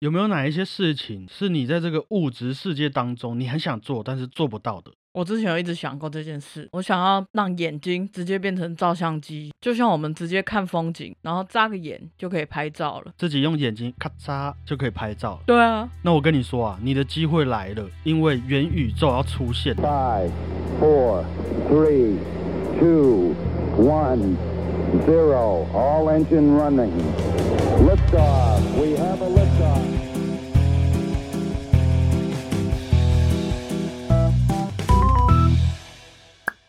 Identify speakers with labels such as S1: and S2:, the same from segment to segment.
S1: 有没有哪一些事情是你在这个物质世界当中你很想做但是做不到的？
S2: 我之前有一直想过这件事，我想要让眼睛直接变成照相机，就像我们直接看风景，然后眨个眼就可以拍照了。
S1: 自己用眼睛咔嚓就可以拍照了。
S2: 对啊，
S1: 那我跟你说啊，你的机会来了，因为元宇宙要出现。
S3: Five, four, three, two, one, zero. All engine running. Liftoff. We have a liftoff.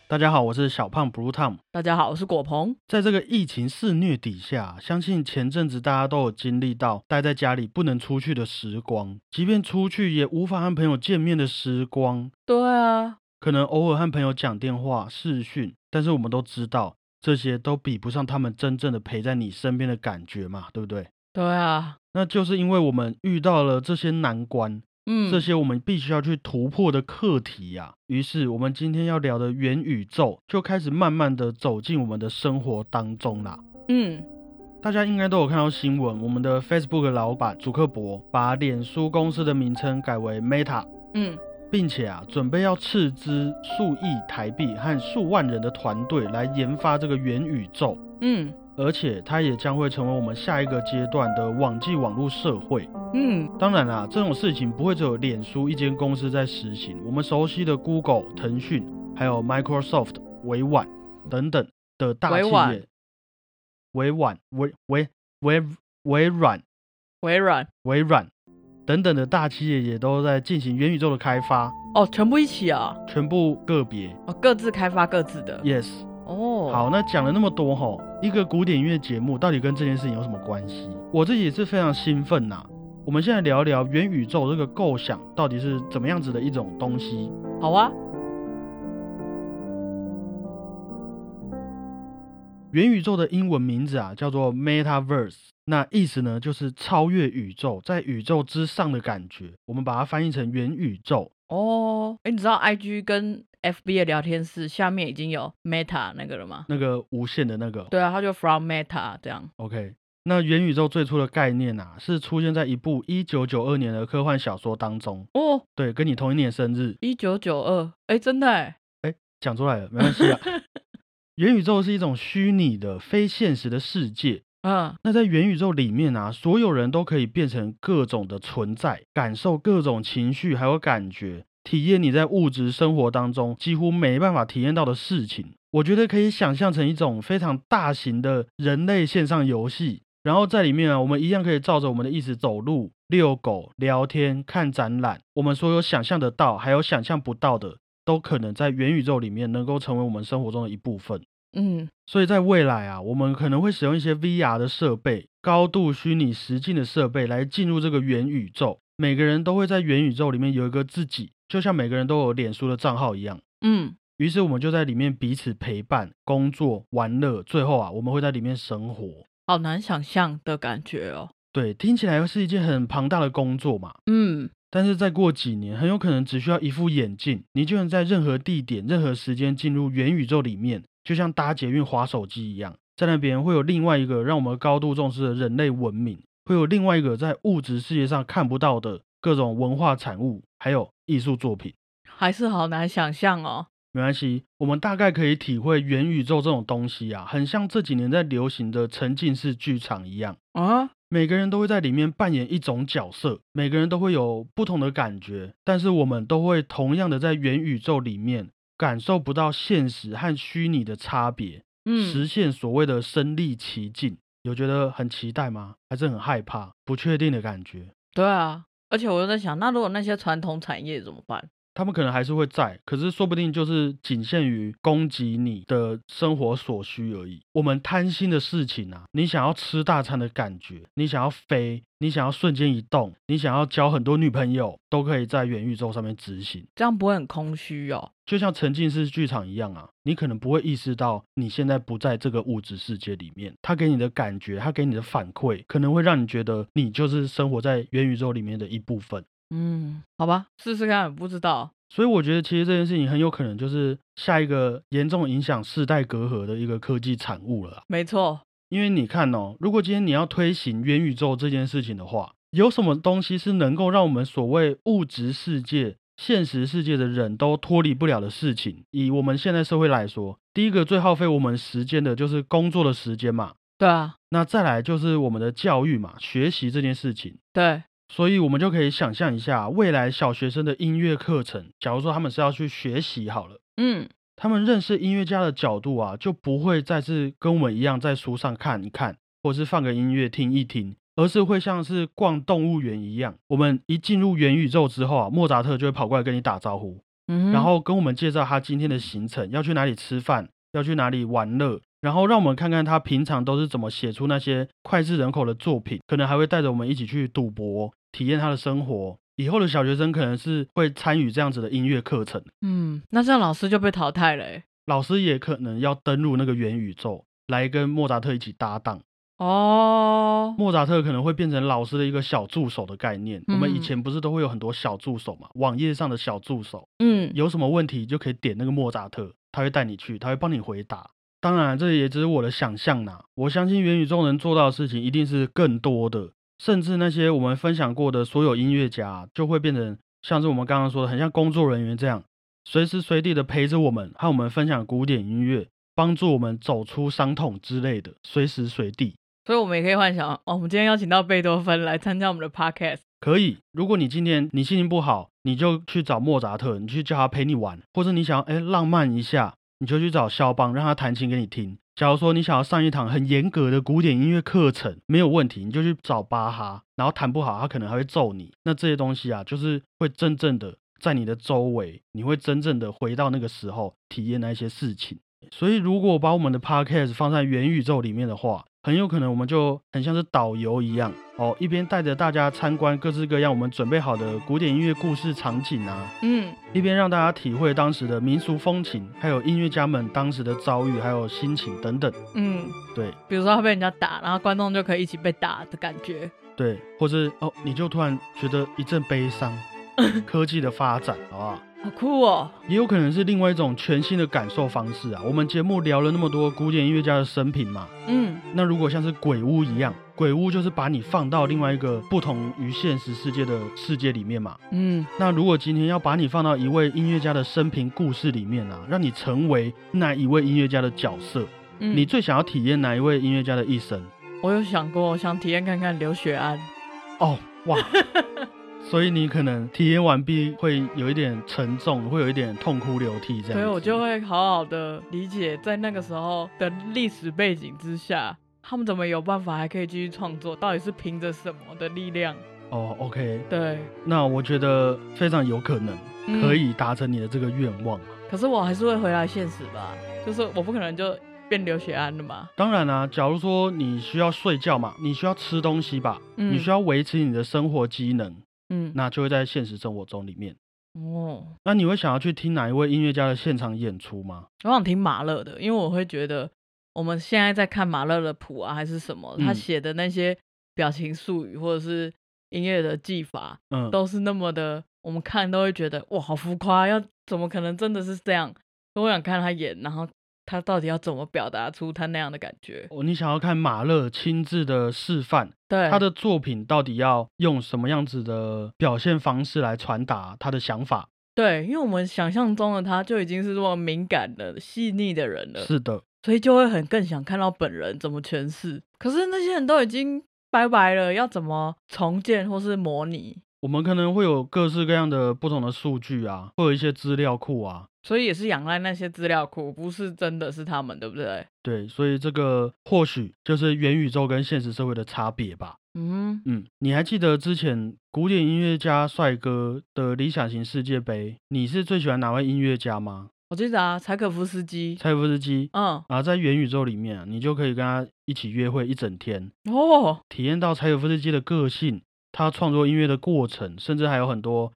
S1: 大家好，我是小胖 Blue Tom。
S2: 大家好，我是果鹏。
S1: 在这个疫情肆虐底下，啊相信前阵子大家都有经历到待在家里不能出去的时光，即便出去也无法和朋友见面的时光，
S2: 对啊，
S1: 可能偶尔和朋友讲电话、视讯，但是我们都知道，这些都比不上他们真正的陪在你身边的感觉嘛，对不对？
S2: 对啊，
S1: 那就是因为我们遇到了这些难关，
S2: 嗯，
S1: 这些我们必须要去突破的课题呀、于是我们今天要聊的元宇宙就开始慢慢的走进我们的生活当中啦。
S2: 嗯，
S1: 大家应该都有看到新闻，我们的 Facebook 老板祖克伯把脸书公司的名称改为 Meta，
S2: 嗯，
S1: 并且啊，准备要斥资数亿台币和数万人的团队来研发这个元宇宙，
S2: 嗯，
S1: 而且它也将会成为我们下一个阶段的网际网络社会。
S2: 嗯，
S1: 当然啦、啊这种事情不会只有脸书一间公司在实行，我们熟悉的 Google、腾讯，还有 Microsoft、微软等等的大
S2: 微
S1: 企
S2: 软
S1: 业，微软、微微微微软、
S2: 微软
S1: 微软等等的大企业也都在进行元宇宙的开发，
S2: 哦，全部一起啊，
S1: 全部个别。
S2: 哦，各自开发各自的。
S1: Yes，
S2: 哦，
S1: 好，，那讲了那么多吼，一个古典音乐节目到底跟这件事情有什么关系？我自己也是非常兴奋呐、我们现在聊一聊元宇宙这个构想到底是怎么样子的一种东西。
S2: 好啊，
S1: 元宇宙的英文名字啊叫做 Metaverse，那意思呢就是超越宇宙，在宇宙之上的感觉。我们把它翻译成元宇宙。
S2: 哦，哎，你知道 I G 跟 F B 的聊天室下面已经有 Meta 那个了吗？
S1: 那个无限的那个，
S2: 对啊，它就 From Meta 这样。
S1: OK，那元宇宙最初的概念啊，是出现在一部一九九二年的科幻小说当中。
S2: 哦，
S1: 对，跟你同一年生日，
S2: 一九九二，哎，真的哎，
S1: 讲出来了，没关系啊。元宇宙是一种虚拟的、非现实的世界。
S2: 嗯，
S1: 那在元宇宙里面啊，所有人都可以变成各种的存在，感受各种情绪还有感觉，体验你在物质生活当中几乎没办法体验到的事情。我觉得可以想象成一种非常大型的人类线上游戏，然后在里面啊，我们一样可以照着我们的意思走路、遛狗、聊天、看展览，我们所有想象得到还有想象不到的，都可能在元宇宙里面能够成为我们生活中的一部分。
S2: 嗯，
S1: 所以在未来啊，我们可能会使用一些 VR 的设备、高度虚拟实境的设备来进入这个元宇宙。每个人都会在元宇宙里面有一个自己，就像每个人都有脸书的账号一样。
S2: 嗯，
S1: 于是我们就在里面彼此陪伴、工作、玩乐，最后啊，我们会在里面生活。
S2: 好难想象的感觉哦。
S1: 对，听起来是一件很庞大的工作嘛，
S2: 嗯，
S1: 但是再过几年，很有可能只需要一副眼镜，你就能在任何地点、任何时间进入元宇宙里面，就像搭捷运、滑手机一样，在那边会有另外一个让我们高度重视的人类文明，会有另外一个在物质世界上看不到的各种文化产物，还有艺术作品。
S2: 还是好难想象哦。
S1: 没关系，我们大概可以体会元宇宙这种东西啊，很像这几年在流行的沉浸式剧场一样。
S2: 啊，
S1: 每个人都会在里面扮演一种角色，每个人都会有不同的感觉，但是我们都会同样的在元宇宙里面感受不到现实和虚拟的差别，实
S2: 嗯，
S1: 现所谓的身临其境。有觉得很期待吗？还是很害怕、不确定的感觉？
S2: 对啊。而且我又在想，那如果那些传统产业怎么办？
S1: 他们可能还是会在，可是说不定就是仅限于供给你的生活所需而已。我们贪心的事情啊，你想要吃大餐的感觉，你想要飞，你想要瞬间移动，你想要交很多女朋友，都可以在元宇宙上面执行。
S2: 这样不会很空虚哦？
S1: 就像沉浸式剧场一样啊，你可能不会意识到你现在不在这个物质世界里面，它给你的感觉，它给你的反馈，可能会让你觉得你就是生活在元宇宙里面的一部分。
S2: 嗯，好吧，试试看，不知道。
S1: 所以我觉得，其实这件事情很有可能就是下一个严重影响世代隔阂的一个科技产物了啊。
S2: 没错，
S1: 因为你看哦，如果今天你要推行元宇宙这件事情的话，有什么东西是能够让我们所谓物质世界、现实世界的人都脱离不了的事情？以我们现在社会来说，第一个最耗费我们时间的就是工作的时间嘛，
S2: 对啊，
S1: 那再来就是我们的教育嘛，学习这件事情。
S2: 对，
S1: 所以我们就可以想象一下，未来小学生的音乐课程，假如说他们是要去学习好了，
S2: 嗯，
S1: 他们认识音乐家的角度啊，就不会再是跟我们一样在书上看一看，或是放个音乐听一听，而是会像是逛动物园一样。我们一进入元宇宙之后啊，莫扎特就会跑过来跟你打招呼，
S2: 嗯哼
S1: 然后跟我们介绍他今天的行程，要去哪里吃饭，要去哪里玩乐，然后让我们看看他平常都是怎么写出那些脍炙人口的作品，可能还会带着我们一起去赌博，体验他的生活。以后的小学生可能是会参与这样子的音乐课程，
S2: 嗯，那这样老师就被淘汰了欸。
S1: 老师也可能要登入那个元宇宙来跟莫扎特一起搭档。
S2: 哦，
S1: 莫扎特可能会变成老师的一个小助手的概念。我们以
S2: 嗯
S1: 前不是都会有很多小助手嘛，网页上的小助手，
S2: 嗯，
S1: 有什么问题就可以点那个莫扎特，他会带你去，他会帮你回答。当然，这也只是我的想象啦。我相信元宇宙能做到的事情一定是更多的，甚至那些我们分享过的所有音乐家啊，就会变成像是我们刚刚说的，很像工作人员这样，随时随地的陪着我们，和我们分享古典音乐，帮助我们走出伤痛之类的，随时随地。
S2: 所以我们也可以幻想，哦，我们今天邀请到贝多芬来参加我们的 podcast。
S1: 可以，如果你今天你心情不好，你就去找莫扎特，你去叫他陪你玩，或者你想要哎浪漫一下，你就去找肖邦，让他弹琴给你听。假如说你想要上一堂很严格的古典音乐课程，没有问题，你就去找巴哈，然后弹不好，他可能还会揍你。那这些东西啊，就是会真正的在你的周围，你会真正的回到那个时候，体验那些事情。所以，如果把我们的 podcast 放在元宇宙里面的话，很有可能我们就很像是导游一样哦，一边带着大家参观各式各样我们准备好的古典音乐故事场景啊，
S2: 嗯，
S1: 一边让大家体会当时的民俗风情，还有音乐家们当时的遭遇还有心情等等。
S2: 嗯，
S1: 对
S2: 比如说他被人家打，然后观众就可以一起被打的感觉。
S1: 对，或是哦，你就突然觉得一阵悲伤，科技的发展，好不好？
S2: 好酷哦！
S1: 也有可能是另外一种全新的感受方式啊。我们节目聊了那么多古典音乐家的生平嘛，
S2: 嗯，
S1: 那如果像是鬼屋一样，鬼屋就是把你放到另外一个不同于现实世界的世界里面嘛。
S2: 嗯，
S1: 那如果今天要把你放到一位音乐家的生平故事里面啊，让你成为那一位音乐家的角色，
S2: 嗯
S1: 你最想要体验哪一位音乐家的一生？
S2: 我有想过，我想体验看看刘雪安。
S1: 哦， 哇！所以你可能体验完毕会有一点沉重，会有一点痛哭流涕这样。
S2: 所以我就。会好好的理解，在那个时候的历史背景之下，他们怎么有办法还可以继续创作？到底是凭着什么的力量？
S1: 哦，OK，
S2: 对，
S1: 那我觉得非常有可能
S2: 嗯
S1: 可以达成你的这个愿望啊。
S2: 可是我还是会回来现实吧，就是我不可能就变刘雪安了嘛。
S1: 当然啦、假如说你需要睡觉嘛，你需要吃东西吧，
S2: 嗯
S1: 你需要维持你的生活机能，
S2: 嗯，
S1: 那就会在现实生活中里面。
S2: 哦，
S1: 那你会想要去听哪一位音乐家的现场演出吗？
S2: 我想听马勒的，因为我会觉得我们现在在看马勒的谱啊，还是什么，他
S1: 嗯
S2: 写的那些表情术语或者是音乐的技法，
S1: 嗯，
S2: 都是那么的，我们看都会觉得哇，好浮夸，要怎么可能真的是这样？所以我想看他演，然后他到底要怎么表达出他那样的感觉？
S1: 哦，你想要看马勒亲自的示范，
S2: 对，
S1: 他的作品到底要用什么样子的表现方式来传达他的想法？
S2: 对，因为我们想象中的他就已经是这么敏感的、细腻的人了，
S1: 是的，
S2: 所以就会很更想看到本人怎么诠释。可是那些人都已经拜拜了，要怎么重建或是模拟？
S1: 我们可能会有各式各样的不同的数据啊，会有一些资料库啊，
S2: 所以也是仰赖那些资料库，不是真的是他们，对不对？
S1: 对，所以这个或许就是元宇宙跟现实社会的差别吧。
S2: 嗯，
S1: 嗯，你还记得之前古典音乐家帅哥的理想型世界杯，你是最喜欢哪位音乐家吗？
S2: 我记得啊，柴可夫斯基，
S1: 柴可夫斯基
S2: 嗯，
S1: 啊，在元宇宙里面啊、你就可以跟他一起约会一整天，
S2: 哦，
S1: 体验到柴可夫斯基的个性，他创作音乐的过程，甚至还有很多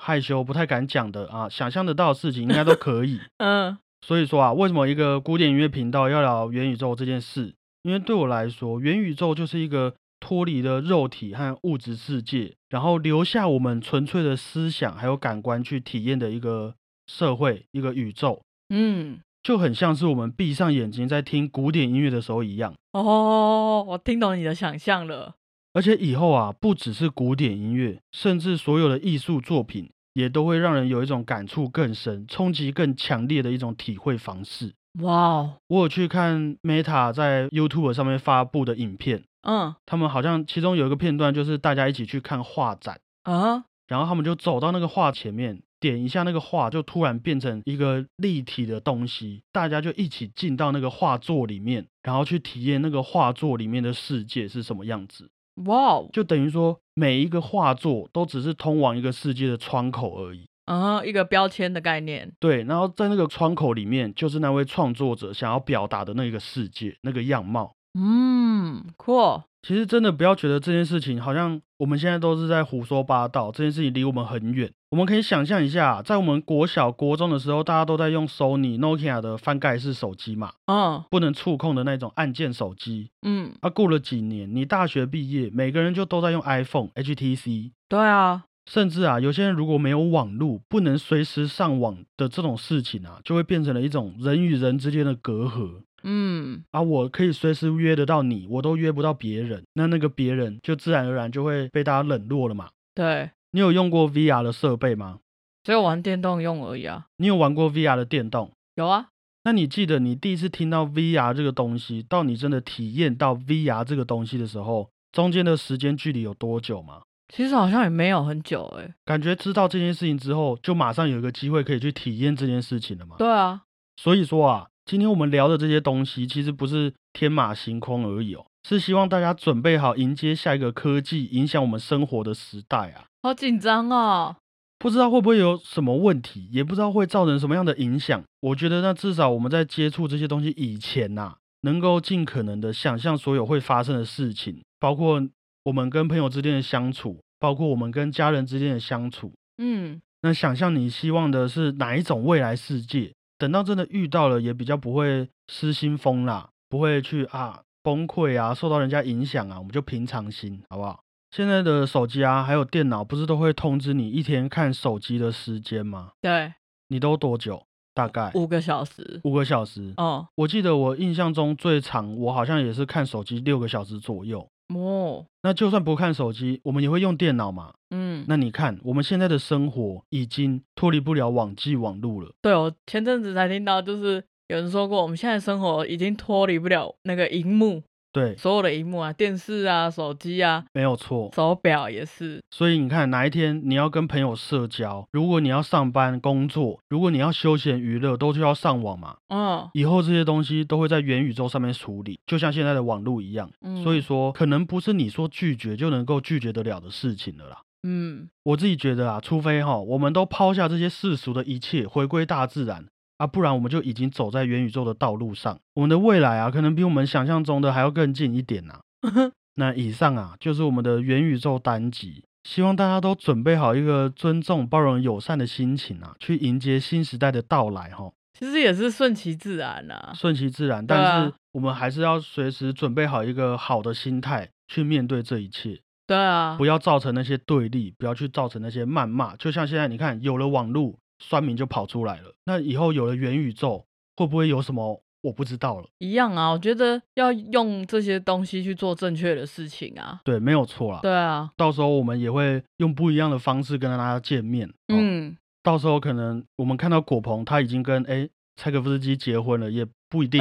S1: 害羞不太敢讲的啊，想象得到的事情应该都可以。
S2: 嗯
S1: 所以说啊，为什么一个古典音乐频道要聊元宇宙这件事？因为对我来说，元宇宙就是一个脱离了肉体和物质世界，然后留下我们纯粹的思想还有感官去体验的一个社会、一个宇宙，
S2: 嗯，
S1: 就很像是我们闭上眼睛在听古典音乐的时候一样。
S2: 哦，我听懂你的想象了。
S1: 而且以后啊，不只是古典音乐，甚至所有的艺术作品，也都会让人有一种感触更深、冲击更强烈的一种体会方式。
S2: 哇哦，
S1: 我有去看 Meta 在 YouTube 上面发布的影片，
S2: 嗯
S1: 他们好像其中有一个片段就是大家一起去看画展，
S2: 啊，
S1: 然后他们就走到那个画前面，点一下那个画，就突然变成一个立体的东西，大家就一起进到那个画作里面，然后去体验那个画作里面的世界是什么样子。
S2: 哇哦，
S1: 就等于说每一个画作都只是通往一个世界的窗口而已。
S2: 啊，一个标签的概念，
S1: 对，然后在那个窗口里面，就是那位创作者想要表达的那个世界、那个样貌。
S2: 嗯，cool，
S1: 其实真的不要觉得这件事情好像我们现在都是在胡说八道，这件事情离我们很远。我们可以想象一下，在我们国小、国中的时候，大家都在用 Sony、Nokia 的翻盖式手机嘛，
S2: 嗯
S1: 不能触控的那种按键手机。
S2: 嗯，
S1: 啊，过了几年，你大学毕业，每个人就都在用 iPhone、HTC，
S2: 对啊，
S1: 甚至啊，有些人如果没有网络，不能随时上网的这种事情啊，就会变成了一种人与人之间的隔阂
S2: 嗯，
S1: 啊。我可以随时约得到你，我都约不到别人，那那个别人就自然而然就会被大家冷落了嘛。
S2: 对，
S1: 你有用过 VR 的设备吗？
S2: 只有玩电动用而已啊，
S1: 你有玩过 VR 的电动？
S2: 有啊，
S1: 那你记得你第一次听到 VR 这个东西，到你真的体验到 VR 这个东西的时候，中间的时间距离有多久吗？
S2: 其实好像也没有很久哎、
S1: 感觉知道这件事情之后，就马上有一个机会可以去体验这件事情了吗？
S2: 对啊，
S1: 所以说啊，今天我们聊的这些东西，其实不是天马行空而已哦，是希望大家准备好迎接下一个科技影响我们生活的时代啊。
S2: 好紧张哦，
S1: 不知道会不会有什么问题，也不知道会造成什么样的影响。我觉得那至少我们在接触这些东西以前呐、能够尽可能的想象所有会发生的事情，包括我们跟朋友之间的相处，包括我们跟家人之间的相处，
S2: 嗯，
S1: 那想象你希望的是哪一种未来世界？等到真的遇到了，也比较不会失心疯啦，不会去啊崩溃啊，受到人家影响啊，我们就平常心，好不好？现在的手机啊，还有电脑，不是都会通知你一天看手机的时间吗？
S2: 对，
S1: 你都多久？大概
S2: 五个小时，
S1: 五个小时。
S2: 哦，
S1: 我记得我印象中最长，我好像也是看手机六个小时左右。
S2: 哦，
S1: 那就算不看手机，我们也会用电脑嘛？
S2: 嗯，
S1: 那你看，我们现在的生活已经脱离不了网际网路了。
S2: 对我前阵子才听到，就是有人说过，我们现在生活已经脱离不了那个荧幕，
S1: 对，
S2: 所有的荧幕啊，电视啊，手机啊，
S1: 没有错。
S2: 手表也是，
S1: 所以你看，哪一天你要跟朋友社交，如果你要上班工作，如果你要休闲娱乐，都需要上网嘛。
S2: 嗯
S1: 以后这些东西都会在元宇宙上面处理，就像现在的网络一样。
S2: 嗯
S1: 所以说，可能不是你说拒绝就能够拒绝得了的事情了啦。
S2: 嗯，
S1: 我自己觉得啊，除非哈，我们都抛下这些世俗的一切，回归大自然啊，不然我们就已经走在元宇宙的道路上。我们的未来啊，可能比我们想象中的还要更近一点呐、 那以上啊，就是我们的元宇宙单集，希望大家都准备好一个尊重、包容、友善的心情啊，去迎接新时代的到来哈，
S2: 其实也是顺其自然啊，
S1: 顺其自然。
S2: 对啊
S1: 但是我们还是要随时准备好一个好的心态去面对这一切。
S2: 对啊，
S1: 不要造成那些对立，不要去造成那些谩骂。就像现在你看，有了网络，酸民就跑出来了。那以后有了元宇宙，会不会有什么我不知道了？
S2: 一样啊，我觉得要用这些东西去做正确的事情啊，
S1: 对，没有错啦。
S2: 对啊，
S1: 到时候我们也会用不一样的方式跟大家见面。哦，
S2: 嗯，
S1: 到时候可能我们看到果鹏他已经跟哎柴可夫斯基结婚了，也不 一定。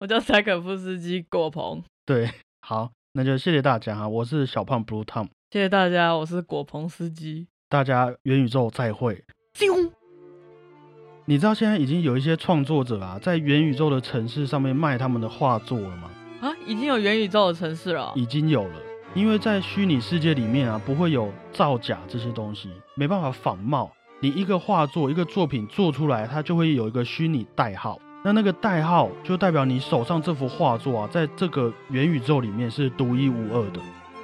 S2: 我叫柴可夫斯基果鹏，
S1: 对，好，那就谢谢大家哈，我是小胖 Blue Tom，
S2: 谢谢大家，我是果鹏司机，
S1: 大家元宇宙再会。
S2: 啾，
S1: 你知道现在已经有一些创作者啊，在元宇宙的城市上面卖他们的画作了吗？
S2: 啊，已经有元宇宙的城市了哦，
S1: 已经有了，因为在虚拟世界里面啊，不会有造假这些东西，没办法仿冒。你一个画作、一个作品做出来，它就会有一个虚拟代号。那那个代号就代表你手上这幅画作啊，在这个元宇宙里面是独一无二的，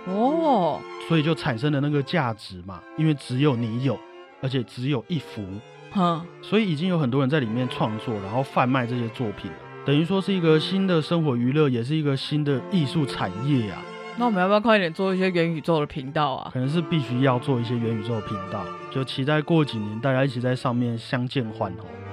S2: 哦，
S1: 所以就产生了那个价值嘛，因为只有你有，而且只有一幅。
S2: 哼，
S1: 所以已经有很多人在里面创作，然后贩卖这些作品了，等于说是一个新的生活娱乐，也是一个新的艺术产业啊。
S2: 那我们要不要快点做一些元宇宙的频道啊？
S1: 可能是必须要做一些元宇宙频道，就期待过几年大家一起在上面相见欢哦。